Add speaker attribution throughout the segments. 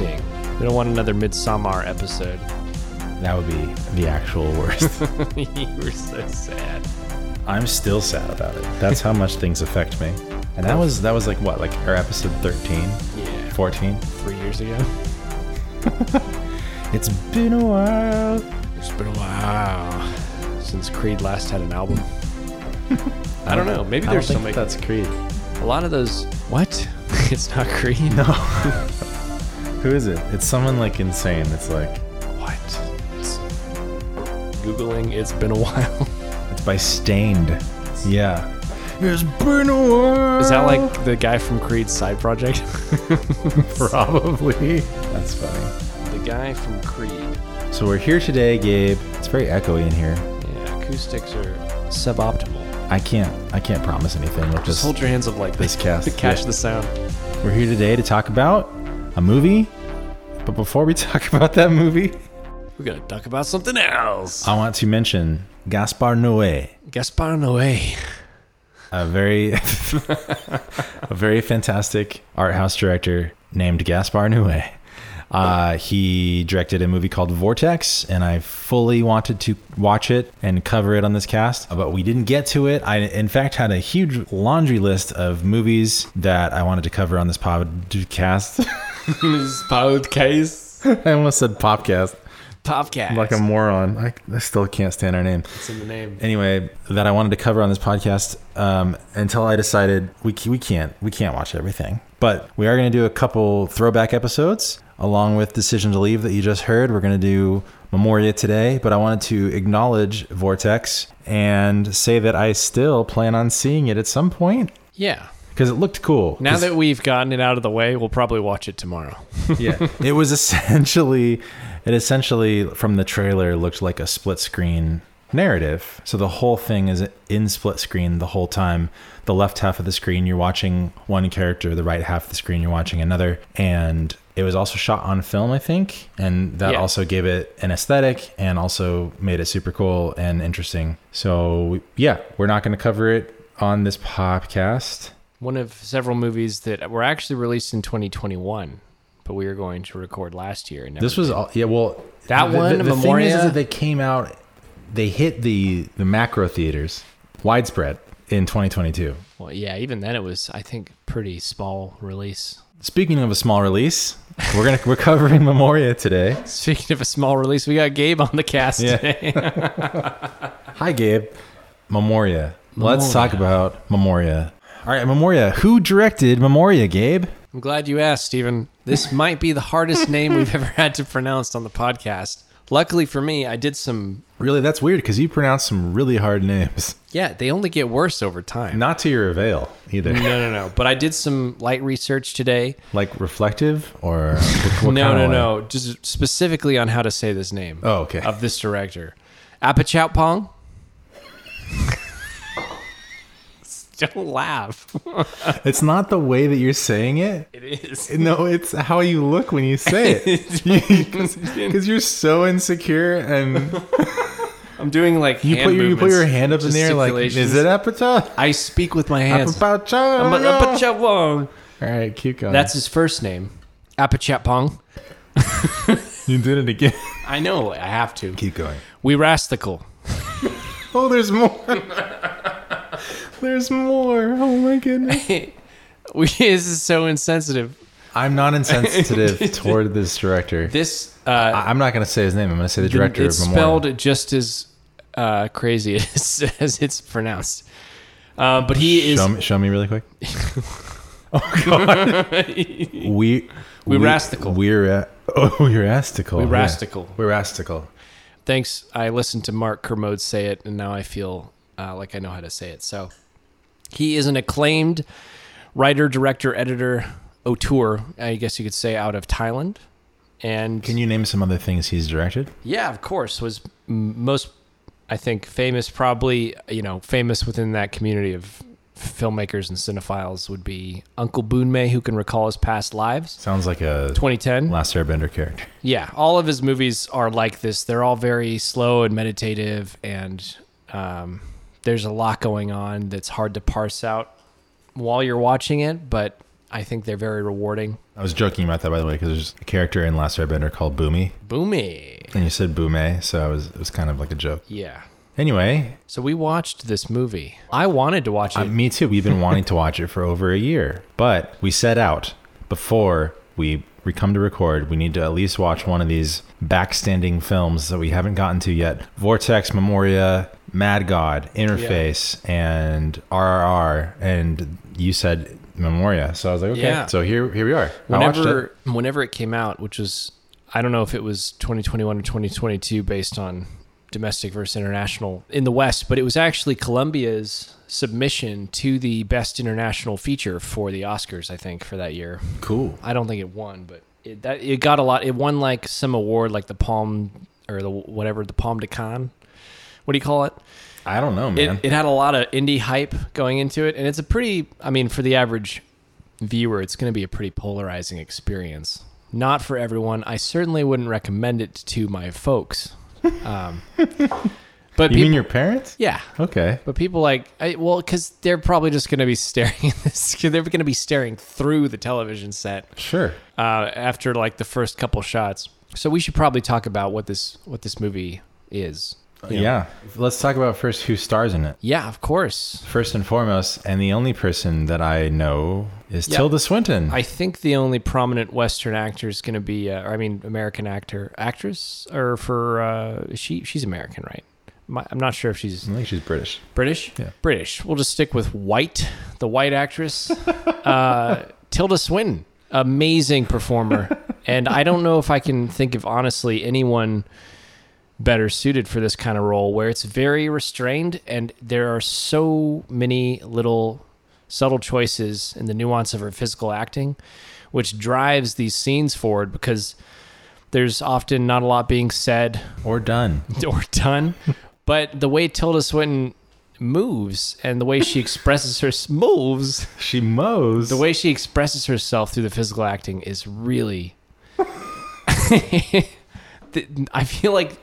Speaker 1: We don't want another Midsummer episode.
Speaker 2: That would be the actual worst.
Speaker 1: you were so sad.
Speaker 2: I'm still sad about it. That's how much things affect me. And that was that was like what, like our episode 13,
Speaker 1: Yeah.
Speaker 2: 14.
Speaker 1: Three years ago.
Speaker 2: It's been a while.
Speaker 1: It's been a while since Creed last had an album. I don't know. Maybe
Speaker 2: I don't
Speaker 1: there's
Speaker 2: think
Speaker 1: some
Speaker 2: that's Creed.
Speaker 1: a lot of those. What? it's not Creed.
Speaker 2: No. Who is it? It's someone like insane. It's like
Speaker 1: What? It's- Googling. It's been a while.
Speaker 2: it's by Stained. Yeah. It's been a while.
Speaker 1: Is that like the guy from Creed's side project?
Speaker 2: probably? That's funny.
Speaker 1: the guy from Creed.
Speaker 2: So we're here today, Gabe. It's very echoey in here.
Speaker 1: Yeah, acoustics are suboptimal.
Speaker 2: I can't I can't promise anything. We'll
Speaker 1: Just
Speaker 2: just
Speaker 1: hold your hands up like this.
Speaker 2: This cast,
Speaker 1: to catch
Speaker 2: yeah.
Speaker 1: the sound.
Speaker 2: We're here today to talk about a movie. But before we talk about that movie,
Speaker 1: We're gonna talk about something else.
Speaker 2: I want to mention Gaspar Noé,
Speaker 1: Uh, Gaspar Noé.
Speaker 2: a very a very fantastic art house director named Gaspar Noé. Uh, he directed a movie called Vortex, and I fully wanted to watch it and cover it on this cast, but we didn't get to it. I, in fact, had a huge laundry list of movies that I wanted to cover on this podcast.
Speaker 1: His podcast.
Speaker 2: I almost said popcast.
Speaker 1: Popcast.
Speaker 2: like a moron. I, I still can't stand our name.
Speaker 1: it's in the name.
Speaker 2: Anyway, that I wanted to cover on this podcast um, until I decided we c- we can't we can't watch everything, but we are going to do a couple throwback episodes along with Decision to Leave that you just heard. We're going to do Memoria today, but I wanted to acknowledge Vortex and say that I still plan on seeing it at some point
Speaker 1: Yeah.
Speaker 2: because it looked cool.
Speaker 1: Now
Speaker 2: 'Cause-
Speaker 1: that we've gotten it out of the way, we'll probably watch it tomorrow.
Speaker 2: yeah it was essentially it essentially from the trailer looked like a split screen narrative so the whole thing is in split screen the whole time the left half of the screen you're watching one character the right half of the screen you're watching another and it was also shot on film i think and that
Speaker 1: Yeah.
Speaker 2: also gave it an aesthetic and also made it super cool and interesting so yeah we're not going to cover it on this podcast
Speaker 1: One of several movies that were actually released in 2021, but we were going to record last year. And never
Speaker 2: This was
Speaker 1: did.
Speaker 2: all, yeah. Well,
Speaker 1: That
Speaker 2: the,
Speaker 1: one,
Speaker 2: The, the thing is,
Speaker 1: Memoria.
Speaker 2: is that they came out, they hit the the macro theaters widespread in 2022.
Speaker 1: Well, yeah. Even then, it was I think pretty small release.
Speaker 2: Speaking of a small release, we're gonna we're covering Memoria today.
Speaker 1: Speaking of a small release, we got Gabe on the cast
Speaker 2: Yeah.
Speaker 1: today.
Speaker 2: Hi, Gabe. Memoria.
Speaker 1: Memoria.
Speaker 2: Let's talk about Memoria. All right, Memoria. Who directed Memoria, Gabe?
Speaker 1: I'm glad you asked, Stephen. This might be the hardest name we've ever had to pronounce on the podcast. Luckily for me, I did some.
Speaker 2: Really, that's weird because you pronounce some really hard names.
Speaker 1: Yeah, they only get worse over time.
Speaker 2: Not to your avail either.
Speaker 1: No, no, no. But I did some light research today.
Speaker 2: Like reflective or what- what
Speaker 1: no, no,
Speaker 2: kinda way?
Speaker 1: no. Just specifically on how to say this name
Speaker 2: Oh, okay.
Speaker 1: of this director, Apachowpong. Don't laugh.
Speaker 2: It's not the way that you're saying it.
Speaker 1: It is.
Speaker 2: No, it's how you look when you say it. Because you're so insecure and
Speaker 1: I'm doing like
Speaker 2: you
Speaker 1: hand
Speaker 2: put your you put
Speaker 1: movements,
Speaker 2: your hand up in the air like is
Speaker 1: gesticulations.
Speaker 2: it aperture?
Speaker 1: I speak with my hands.
Speaker 2: Aperture.
Speaker 1: I'm a- Apachowpong.
Speaker 2: All right, keep going.
Speaker 1: That's his first name, Apachapong.
Speaker 2: you did it again.
Speaker 1: I know, I have to.
Speaker 2: keep going.
Speaker 1: We rastical.
Speaker 2: Oh, there's more. there's more. Oh my goodness.
Speaker 1: We this is so insensitive.
Speaker 2: I'm not insensitive toward this director.
Speaker 1: This uh,
Speaker 2: I- I'm not going to say his name. I'm going to say the director
Speaker 1: it's
Speaker 2: of Memorial.
Speaker 1: spelled just as uh, crazy as, as it's pronounced. Uh, but he is
Speaker 2: show, me, show me really quick. oh god. we we
Speaker 1: rastical.
Speaker 2: We're a- oh we're rastical.
Speaker 1: We
Speaker 2: yeah.
Speaker 1: rastical.
Speaker 2: We're rastical.
Speaker 1: thanks. I listened to Mark Kermode say it, and now I feel uh, like I know how to say it. So he is an acclaimed writer, director, editor, auteur. I guess you could say out of Thailand. And
Speaker 2: Can you name some other things he's directed?
Speaker 1: Yeah, of course. Was m- most, I think, famous probably, you know, famous within that community of filmmakers and cinephiles would be Uncle Boonmei, who can recall his past lives.
Speaker 2: Sounds like a
Speaker 1: 2010.
Speaker 2: Last Airbender character.
Speaker 1: Yeah, all of his movies are like this. They're all very slow and meditative, and um, there's a lot going on that's hard to parse out while you're watching it. But I think they're very rewarding.
Speaker 2: I was joking about that, by the way, because there's a character in Last Airbender called Boomy,
Speaker 1: Boomy.
Speaker 2: and you said Boomay, so I was it was kind of like a joke.
Speaker 1: Yeah.
Speaker 2: Anyway,
Speaker 1: So we watched this movie. I wanted to watch it.
Speaker 2: uh, me too. We've been wanting to watch it for over a year, but we set out before we we come to record. We need to at least watch one of these backstanding films that we haven't gotten to yet: Vortex, Memoria, Mad God, Interface, and RRR. And you said Memoria, so I was like, okay,
Speaker 1: Yeah.
Speaker 2: so here here we are. I watched it.
Speaker 1: whenever whenever it came out, which was I don't know if it was 2021 or 2022 based on domestic versus international in the West, but it was actually Columbia's submission to the best international feature for the Oscars, I think, for that year.
Speaker 2: cool.
Speaker 1: I don't think it won, but it that it got a lot. It won like some award, like the Palm or the whatever the Palm de Cannes. What do you call it?
Speaker 2: I don't know, man.
Speaker 1: It, it had a lot of indie hype going into it, and it's a pretty. I mean, for the average viewer, it's going to be a pretty polarizing experience. Not for everyone. I certainly wouldn't recommend it to my folks. Um, but
Speaker 2: you
Speaker 1: people,
Speaker 2: mean your parents?
Speaker 1: yeah,
Speaker 2: Okay.
Speaker 1: but people like I, well, because they're probably just going to be staring. at this- they're going to be staring through the television set
Speaker 2: Sure.
Speaker 1: uh, after like the first couple shots. So we should probably talk about what this what this movie is.
Speaker 2: Yeah. Let's talk about first who stars in it.
Speaker 1: Yeah, of course.
Speaker 2: First and foremost, and the only person that I know is
Speaker 1: Yeah.
Speaker 2: Tilda Swinton.
Speaker 1: I think the only prominent Western actor is going to be, uh, or I mean, American actor, actress, or for uh, she she's American, right? My, I'm not sure if she's
Speaker 2: I think she's British.
Speaker 1: British.
Speaker 2: Yeah.
Speaker 1: British. We'll just stick with white, the white actress, uh, Tilda Swinton, amazing performer, and I don't know if I can think of honestly anyone better suited for this kind of role where it's very restrained and there are so many little subtle choices in the nuance of her physical acting which drives these scenes forward because there's often not a lot being said
Speaker 2: Or done.
Speaker 1: or done. But the way Tilda Swinton moves and the way she expresses her moves,
Speaker 2: She mows.
Speaker 1: the way she expresses herself through the physical acting is really. Th- I feel like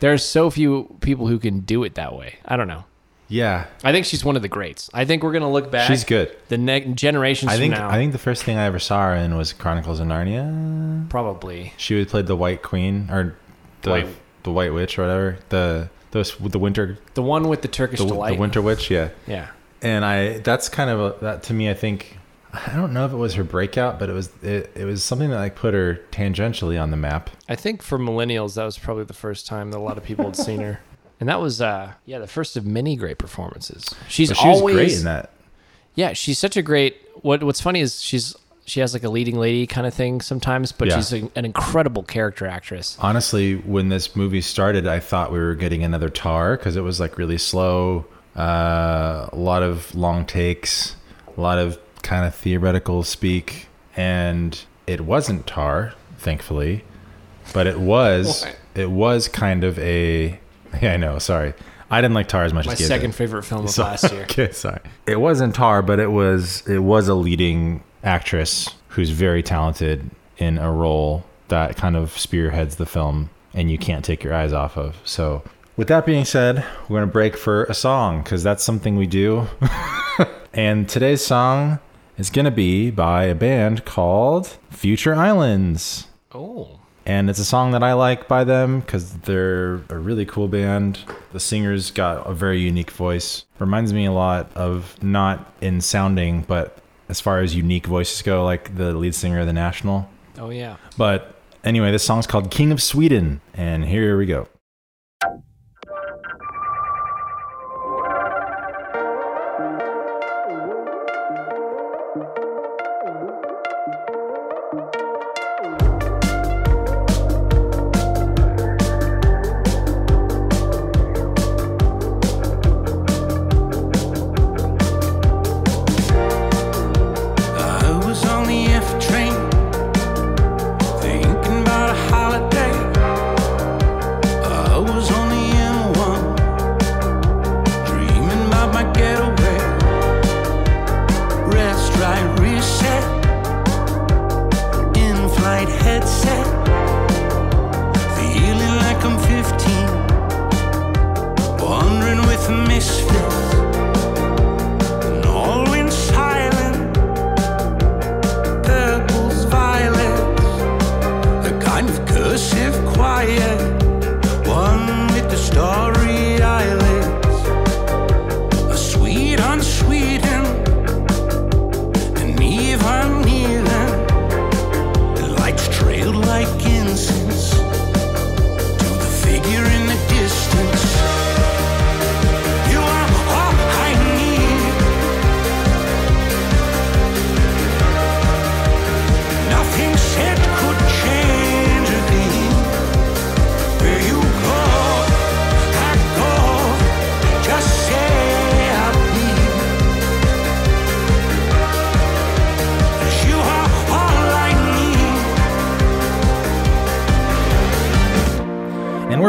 Speaker 1: there are so few people who can do it that way. I don't know.
Speaker 2: yeah.
Speaker 1: I think she's one of the greats. I think we're gonna look back.
Speaker 2: She's good.
Speaker 1: The next generations
Speaker 2: I think
Speaker 1: from now,
Speaker 2: I think the first thing I ever saw her in was Chronicles of Narnia.
Speaker 1: probably.
Speaker 2: She would played the White Queen or the
Speaker 1: White-
Speaker 2: the White Witch or whatever. The those the winter
Speaker 1: The one with the Turkish
Speaker 2: the,
Speaker 1: delight.
Speaker 2: the Winter Witch, yeah.
Speaker 1: Yeah.
Speaker 2: and I that's kind of a, that to me. I think I don't know if it was her breakout, but it was it, it was something that like put her tangentially on the map.
Speaker 1: I think for millennials, that was probably the first time that a lot of people had seen her. And that was, uh, yeah, the first of many great performances. She's
Speaker 2: But she was
Speaker 1: always,
Speaker 2: great in that.
Speaker 1: yeah, she's such a great. What What's funny is she's she has like a leading lady kind of thing sometimes, but
Speaker 2: Yeah.
Speaker 1: she's a, an incredible character actress.
Speaker 2: Honestly, when this movie started, I thought we were getting another Tar because it was like really slow, uh, a lot of long takes, a lot of kind of theoretical speak, and it wasn't Tar, thankfully, but it was
Speaker 1: What?
Speaker 2: it was kind of a yeah I know sorry I didn't like Tar as much
Speaker 1: My
Speaker 2: as Gabe did.
Speaker 1: second favorite film of
Speaker 2: So-
Speaker 1: last year.
Speaker 2: okay, sorry. It wasn't Tar, but it was it was a leading actress who's very talented in a role that kind of spearheads the film and you can't take your eyes off of. So with that being said, we're gonna break for a song because that's something we do. and today's song is gonna be by a band called Future Islands
Speaker 1: Oh,
Speaker 2: and it's a song that I like by them because they're a really cool band. The singer's got a very unique voice. Reminds me a lot of not in sounding, but as far as unique voices go, like the lead singer of The National.
Speaker 1: oh yeah.
Speaker 2: But anyway, this song's called King of Sweden, and here we go.
Speaker 3: I was on the F train, thinking about a holiday. I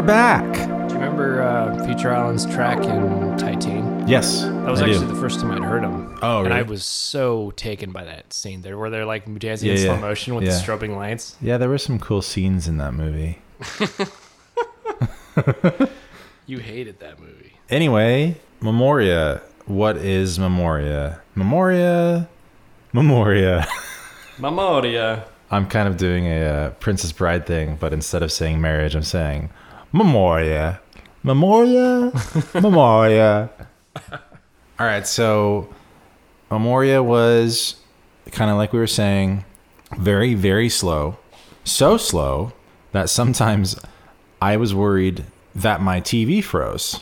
Speaker 2: back.
Speaker 1: Do you remember uh, Future Island's track in Titan?
Speaker 2: Yes.
Speaker 1: That was
Speaker 2: I do.
Speaker 1: actually the first time I'd heard him.
Speaker 2: Oh,
Speaker 1: And I
Speaker 2: really?
Speaker 1: was so taken by that scene there where they're like dancing in
Speaker 2: Yeah,
Speaker 1: slow
Speaker 2: yeah.
Speaker 1: motion with the
Speaker 2: Yeah.
Speaker 1: strobing lights.
Speaker 2: Yeah, there were some cool scenes in that movie.
Speaker 1: You hated that movie.
Speaker 2: Anyway, Memoria. What is Memoria? Memoria. Memoria.
Speaker 1: Memoria.
Speaker 2: I'm kind of doing a uh, Princess Bride thing, but instead of saying marriage, I'm saying Memoria. Memoria. Memoria. All right, so Memoria was kind of like we were saying, very, very slow. So slow that sometimes I was worried that my TV froze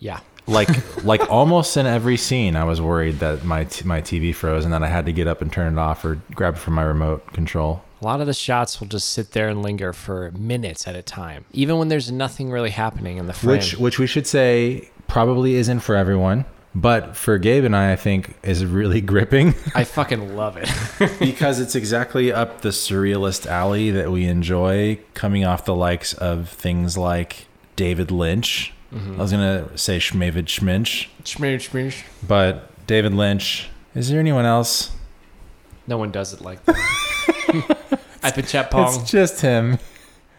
Speaker 1: Yeah.
Speaker 2: like like almost in every scene i was worried that my t- my tv froze and that i had to get up and turn it off or grab it from my remote control
Speaker 1: A lot of the shots will just sit there and linger for minutes at a time, even when there's nothing really happening in the frame.
Speaker 2: which which we should say probably isn't for everyone but for gabe and i i think is really gripping
Speaker 1: I fucking love it.
Speaker 2: because it's exactly up the surrealist alley that we enjoy coming off the likes of things like david lynch i was gonna say schmavid schminch
Speaker 1: Shmoosh, shmoosh.
Speaker 2: but david lynch is there anyone else
Speaker 1: no one does it like that. Apichat Pong.
Speaker 2: it's just him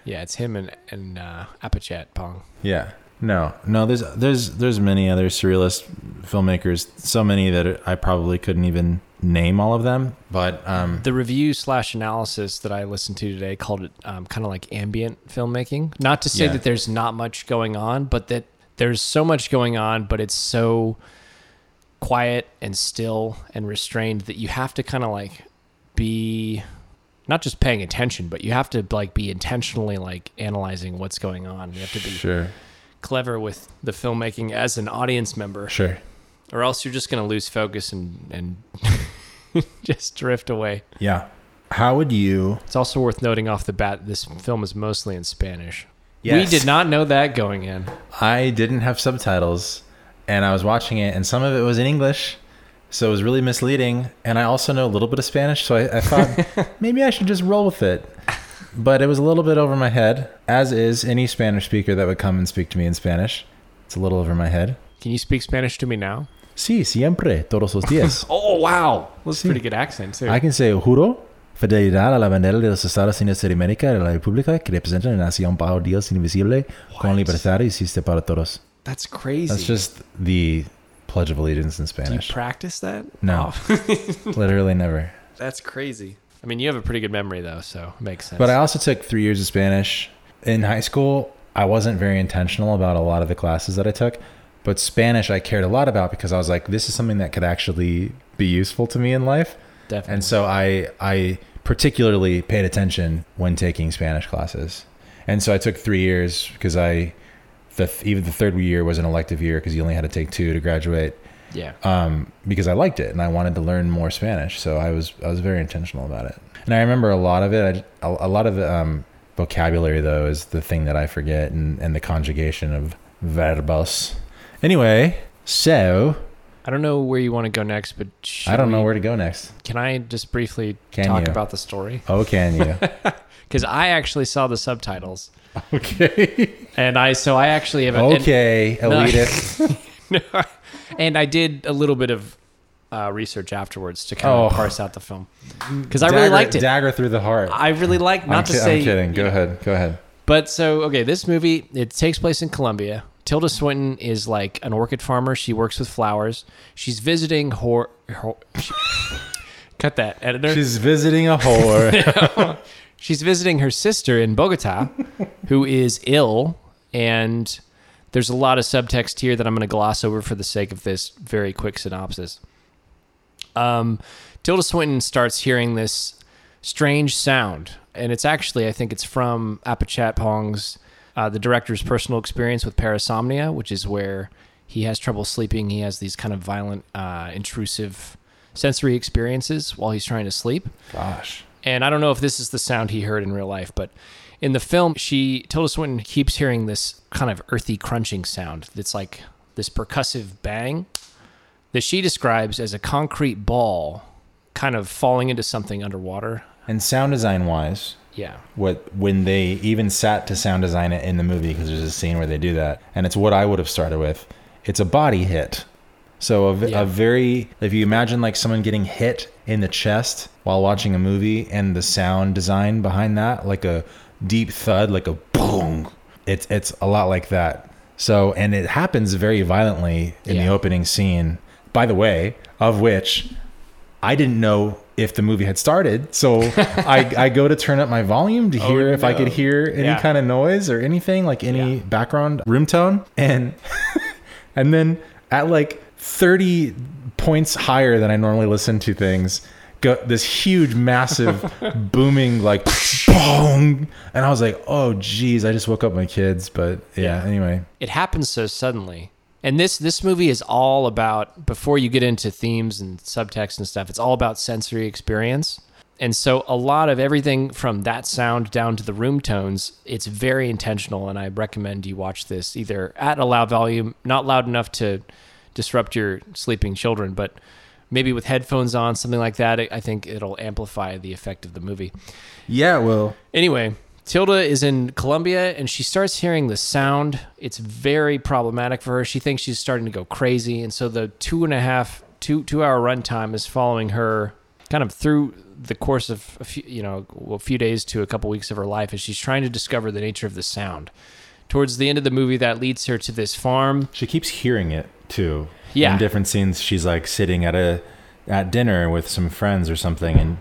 Speaker 1: yeah, it's him and, and uh, Apichat Pong.
Speaker 2: Yeah. No, no. There's there's there's many other surrealist filmmakers. So many that I probably couldn't even name all of them. But um,
Speaker 1: The review slash analysis that I listened to today called it um, kind of like ambient filmmaking. Not to say
Speaker 2: Yeah.
Speaker 1: that there's not much going on, but that there's so much going on, but it's so quiet and still and restrained that you have to kind of like be not just paying attention, but you have to like be intentionally like analyzing what's going on. You have to be
Speaker 2: sure,
Speaker 1: clever with the filmmaking as an audience member.
Speaker 2: sure.
Speaker 1: or else you're just going to lose focus and and just drift away.
Speaker 2: Yeah. How would you?
Speaker 1: It's also worth noting off the bat this film is mostly in Spanish.
Speaker 2: Yes.
Speaker 1: We did not know that going in.
Speaker 2: I didn't have subtitles, and I was watching it, and some of it was in English, so it was really misleading. And I also know a little bit of Spanish, so I, I thought maybe I should just roll with it. But it was a little bit over my head, as is any Spanish speaker that would come and speak to me in Spanish. It's a little over my head.
Speaker 1: Can you speak Spanish to me now?
Speaker 2: Sí, siempre, todos los días.
Speaker 1: Oh wow, that's
Speaker 2: Sí.
Speaker 1: pretty good accent too.
Speaker 2: I can say juro fidelidad a la bandera de los Estados Unidos de América de la República que representa la nación bajo Dios invisible con libertad y justicia para todos.
Speaker 1: that's crazy.
Speaker 2: That's just the Pledge of Allegiance in
Speaker 1: Do you
Speaker 2: Spanish.
Speaker 1: practice that?
Speaker 2: No.
Speaker 1: Oh,
Speaker 2: Literally never.
Speaker 1: that's crazy. I mean, you have a pretty good memory though, so it makes sense.
Speaker 2: But I also took three years of Spanish in high school. I wasn't very intentional about a lot of the classes that I took, but Spanish I cared a lot about because I was like, this is something that could actually be useful to me in life.
Speaker 1: definitely.
Speaker 2: And so I I particularly paid attention when taking Spanish classes. And so I took 3 years because I the th- even the third year was an elective year because you only had to take two to graduate
Speaker 1: yeah.
Speaker 2: um, because I liked it and I wanted to learn more Spanish. So I was I was very intentional about it. And I remember a lot of it. I, a a lot of the um, vocabulary though is the thing that I forget and, and the conjugation of verbos. Anyway, so
Speaker 1: I don't know where you want to go next, but should
Speaker 2: I don't know
Speaker 1: we-
Speaker 2: where to go next.
Speaker 1: Can I just briefly
Speaker 2: Can
Speaker 1: talk
Speaker 2: you?
Speaker 1: about the story?
Speaker 2: Oh, can you?
Speaker 1: Because I actually saw the subtitles,
Speaker 2: okay.
Speaker 1: and I so I actually have a, and-
Speaker 2: Okay,
Speaker 1: No.
Speaker 2: elitist.
Speaker 1: and I did a little bit of uh, research afterwards to kind of
Speaker 2: Oh.
Speaker 1: parse out the film because I really liked it.
Speaker 2: Dagger through the heart.
Speaker 1: I really liked not
Speaker 2: I'm,
Speaker 1: to
Speaker 2: ki-
Speaker 1: say.
Speaker 2: I'm kidding. Go ahead. Go ahead.
Speaker 1: But so okay, this movie it takes place in Colombia. Tilda Swinton is like an orchid farmer. She works with flowers. She's visiting Hor. hor she- cut that editor.
Speaker 2: She's visiting a whore.
Speaker 1: She's visiting her sister in Bogota, who is ill, and there's a lot of subtext here that I'm going to gloss over for the sake of this very quick synopsis. Um, Tilda Swinton starts hearing this strange sound, and it's actually, I think it's from Apichat Pong's, uh, the director's personal experience with parasomnia, which is where he has trouble sleeping. He has these kind of violent, uh, intrusive sensory experiences while he's trying to sleep.
Speaker 2: Gosh.
Speaker 1: And I don't know if this is the sound he heard in real life, but in the film, she Tilda Swinton keeps hearing this kind of earthy crunching sound that's like this percussive bang that she describes as a concrete ball kind of falling into something underwater.
Speaker 2: And sound design wise,
Speaker 1: Yeah.
Speaker 2: what when they even sat to sound design it in the movie because there's a scene where they do that and it's what i would have started with it's a body hit so a, v- a
Speaker 1: Yeah.
Speaker 2: very if you imagine like someone getting hit in the chest while watching a movie and the sound design behind that like a deep thud like a boom it's it's a lot like that so and it happens very violently in the
Speaker 1: Yeah.
Speaker 2: opening scene by the way of which I didn't know if the movie had started, so I, I go to turn up my volume to hear if I
Speaker 1: Oh, no.
Speaker 2: could hear any
Speaker 1: Yeah.
Speaker 2: kind of noise or anything, like any
Speaker 1: Yeah.
Speaker 2: background room tone, and and then at like thirty points higher than I normally listen to things, go this huge, massive, booming like bong, and I was like, oh geez, I just woke up my kids, but yeah. Anyway,
Speaker 1: it happens so suddenly. And this this movie is all about before you get into themes and subtext and stuff. It's all about sensory experience. And so a lot of everything from that sound down to the room tones, it's very intentional and I recommend you watch this either at a loud volume, not loud enough to disrupt your sleeping children, but maybe with headphones on, something like that. I I think it'll amplify the effect of the movie.
Speaker 2: yeah, well,
Speaker 1: Anyway, Tilda is in Colombia and she starts hearing the sound. It's very problematic for her. She thinks she's starting to go crazy, and so the two and a half two two hour runtime is following her kind of through the course of a few, you know a few days to a couple weeks of her life as she's trying to discover the nature of the sound. Towards the end of the movie, that leads her to this farm.
Speaker 2: She keeps hearing it too.
Speaker 1: Yeah.
Speaker 2: In different scenes, she's like sitting at a at dinner with some friends or something, and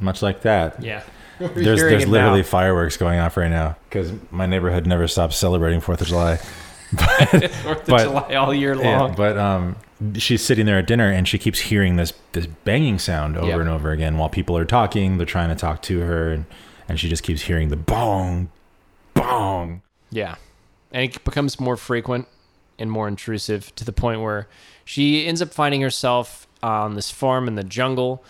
Speaker 2: much like that.
Speaker 1: Yeah,
Speaker 2: There's there's literally fireworks going off right now because my neighborhood never stops celebrating Fourth of July.
Speaker 1: Fourth
Speaker 2: But-
Speaker 1: of July all year long.
Speaker 2: Yeah, but um, she's sitting there at dinner and she keeps hearing this this banging sound over
Speaker 1: Yep.
Speaker 2: and over again while people are talking. They're trying to talk to her, and, and she just keeps hearing the bong, bong.
Speaker 1: Yeah. And it becomes more frequent and more intrusive to the point where she ends up finding herself uh, on this farm in the jungle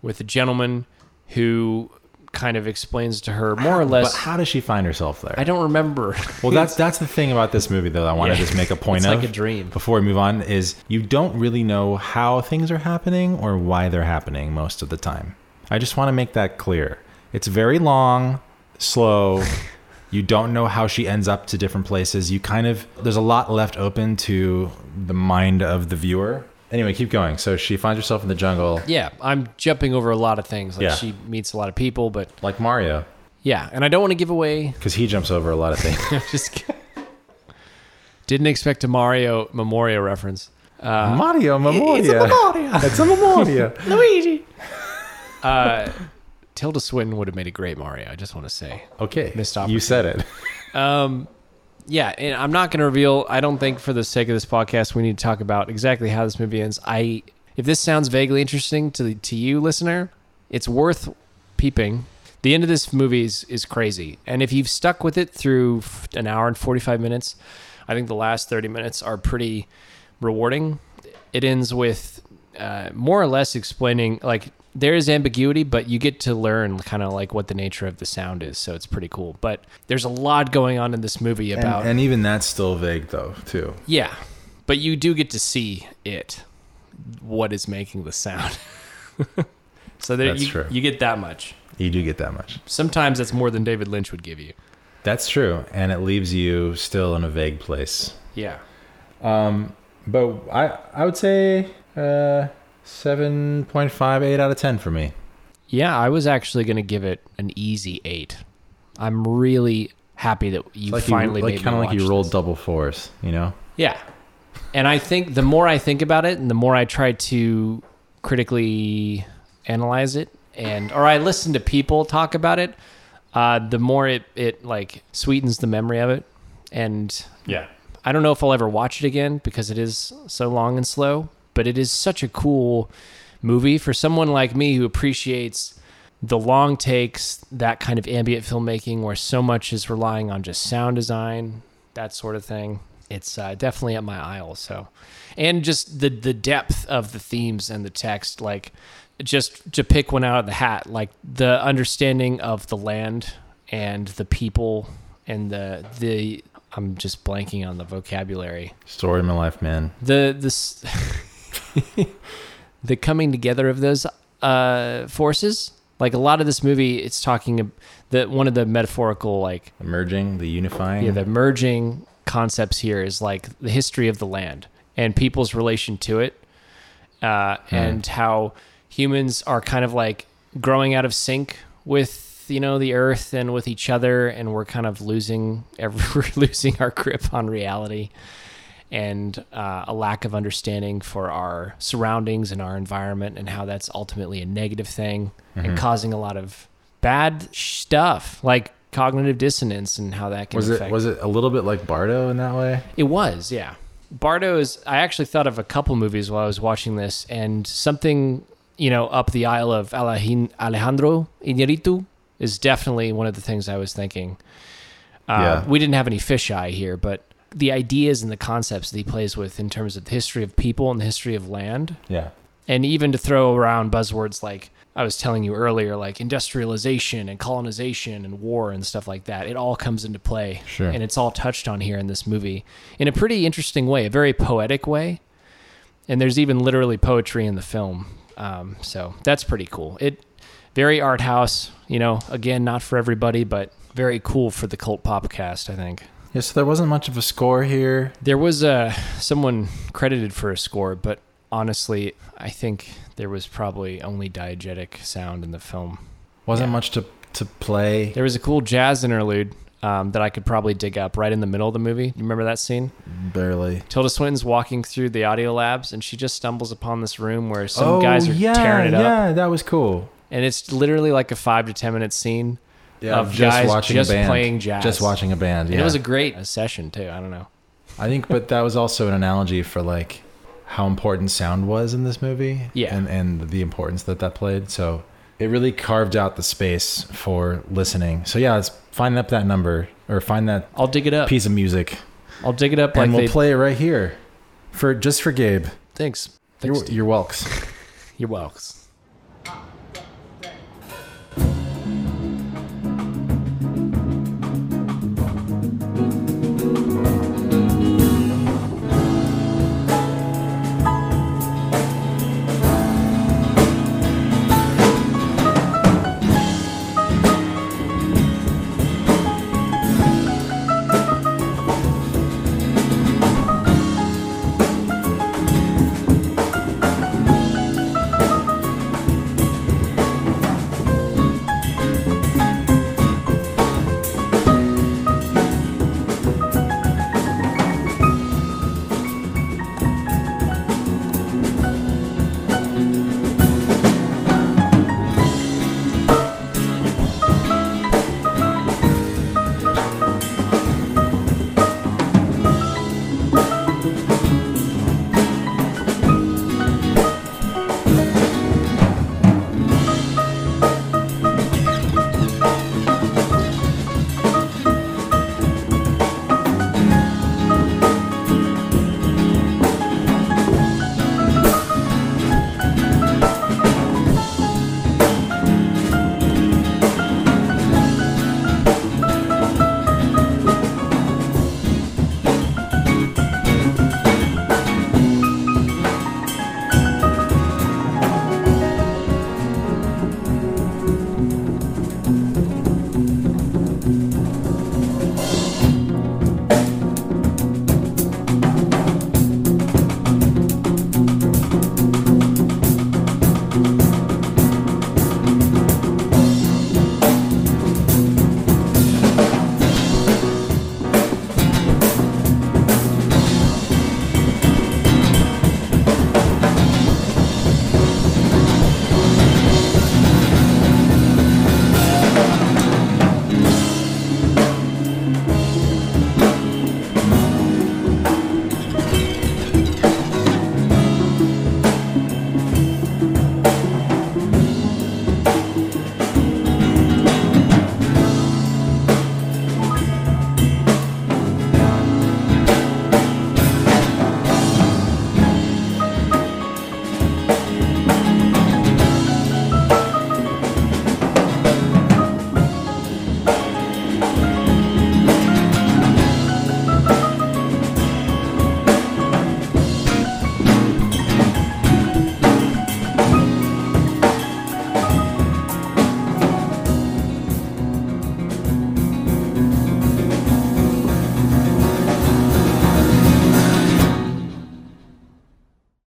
Speaker 1: with a gentleman who kind of explains to her more or
Speaker 2: But
Speaker 1: less.
Speaker 2: how does she find herself there?
Speaker 1: I don't remember.
Speaker 2: Well, that's that's the thing about this movie, though. I want
Speaker 1: Yeah.
Speaker 2: to just make a point
Speaker 1: It's
Speaker 2: of
Speaker 1: like a dream.
Speaker 2: before we move on is you don't really know how things are happening or why they're happening most of the time. I just want to make that clear. It's very long, slow. you don't know how she ends up to different places. You kind of there's a lot left open to the mind of the viewer. Anyway, keep going. So she finds herself in the jungle,
Speaker 1: yeah, I'm jumping over a lot of things. Like
Speaker 2: Yeah.
Speaker 1: she meets a lot of people, but
Speaker 2: like Mario,
Speaker 1: yeah, and I don't want to give away.
Speaker 2: because he jumps over a lot of things.
Speaker 1: I'm just kidding. didn't expect a Mario Memorial reference.
Speaker 2: Mario, Memoria.
Speaker 1: It's a
Speaker 2: Memoria. It's a Memoria.
Speaker 1: Luigi. Uh, Tilda Swinton would have made a great Mario. I just want to say.
Speaker 2: Okay,
Speaker 1: Missed
Speaker 2: you
Speaker 1: opportunity.
Speaker 2: said it.
Speaker 1: yeah, and I'm not going to reveal. I don't think for the sake of this podcast we need to talk about exactly how this movie ends. I if this sounds vaguely interesting to to you listener, it's worth peeping. The end of this movie is, is crazy. And if you've stuck with it through f- an hour and 45 minutes, I think the last 30 minutes are pretty rewarding. It ends with uh, more or less explaining, like, there is ambiguity, but you get to learn kind of like what the nature of the sound is. So it's pretty cool. But there's a lot going on in this movie
Speaker 2: And-
Speaker 1: about.
Speaker 2: And, even that's still vague, though, too.
Speaker 1: Yeah, but you do get to see it, what is making the sound. so there,
Speaker 2: That's
Speaker 1: you,
Speaker 2: true.
Speaker 1: you get that much.
Speaker 2: You do get that much.
Speaker 1: Sometimes that's more than David Lynch would give you.
Speaker 2: That's true. And it leaves you still in a vague place.
Speaker 1: Yeah.
Speaker 2: But I, I would say uh, 7.5, 8 out of 10 for me.
Speaker 1: Yeah, I was actually going to give it an easy eight. I'm really happy that you finally
Speaker 2: like,
Speaker 1: made
Speaker 2: kind of
Speaker 1: me
Speaker 2: like you
Speaker 1: watch
Speaker 2: rolled
Speaker 1: this.
Speaker 2: double fours, you know?
Speaker 1: Yeah. And I think the more I think about it and the more I try to critically analyze it and or I listen to people talk about it, uh, the more it, it like sweetens the memory of it. And
Speaker 2: Yeah.
Speaker 1: I don't know if I'll ever watch it again because it is so long and slow, but it is such a cool movie for someone like me who appreciates the long takes, that kind of ambient filmmaking where so much is relying on just sound design, that sort of thing. It's uh, definitely up my aisle. So, and just the the depth of the themes and the text, like just to pick one out of the hat, like the understanding of the land and the people and the the I'm just blanking on the vocabulary.
Speaker 2: Story of my life, man.
Speaker 1: The this the coming together of those uh, forces Like a lot of this movie, it's talking ab- that one of the metaphorical like
Speaker 2: The merging, the unifying.
Speaker 1: yeah, the merging concepts here is like the history of the land and people's relation to it, uh,
Speaker 2: Hmm.
Speaker 1: and how humans are kind of like growing out of sync with you know the earth and with each other, and we're kind of losing every, we're losing our grip on reality and uh, a lack of understanding for our surroundings and our environment and how that's ultimately a negative thing
Speaker 2: Mm-hmm.
Speaker 1: and causing a lot of bad stuff like cognitive dissonance and how that can
Speaker 2: was
Speaker 1: affect
Speaker 2: it was it a little bit like Bardo in that way?
Speaker 1: it was, yeah. Bardo is. I actually thought of a couple movies while I was watching this, and something you know up the aisle of Alahin- Alejandro Iñárritu is definitely one of the things I was thinking. Uh,
Speaker 2: Yeah.
Speaker 1: We didn't have any fisheye here, but the ideas and the concepts that he plays with in terms of the history of people and the history of land
Speaker 2: Yeah.
Speaker 1: and even to throw around buzzwords like I was telling you earlier, like industrialization and colonization and war and stuff like that, it all comes into play.
Speaker 2: Sure.
Speaker 1: And it's all touched on here in this movie in a pretty interesting way, a very poetic way. And there's even literally poetry in the film. Um, so that's pretty cool. It very art house, you know, again, not for everybody, but very cool for the cult pop cast, I think.
Speaker 2: Yeah, so there wasn't much of a score here.
Speaker 1: There was uh, someone credited for a score, but honestly, I think there was probably only diegetic sound in the film.
Speaker 2: Wasn't much to to play.
Speaker 1: There was a cool jazz interlude um, that I could probably dig up right in the middle of the movie. You remember that scene?
Speaker 2: Barely.
Speaker 1: Tilda Swinton's walking through the audio labs, and she just stumbles upon this room where some guys are tearing it up,
Speaker 2: Oh, Yeah, that was cool.
Speaker 1: and it's literally like a five to ten minute scene.
Speaker 2: Yeah,
Speaker 1: Of guys just playing jazz.
Speaker 2: Just watching a band. Yeah.
Speaker 1: And it was a great uh, session too. I don't know.
Speaker 2: I think, but that was also an analogy for like how important sound was in this movie.
Speaker 1: Yeah.
Speaker 2: And, and the importance that that played. So it really carved out the space for listening. So yeah, let's find up that number or find that
Speaker 1: I'll dig it up.
Speaker 2: piece of music
Speaker 1: I'll dig it up like
Speaker 2: and we'll
Speaker 1: they.
Speaker 2: play it right here for just for Gabe.
Speaker 1: Thanks.
Speaker 2: Your,
Speaker 1: Thanks. You're,
Speaker 2: your welks.
Speaker 1: you're welcome.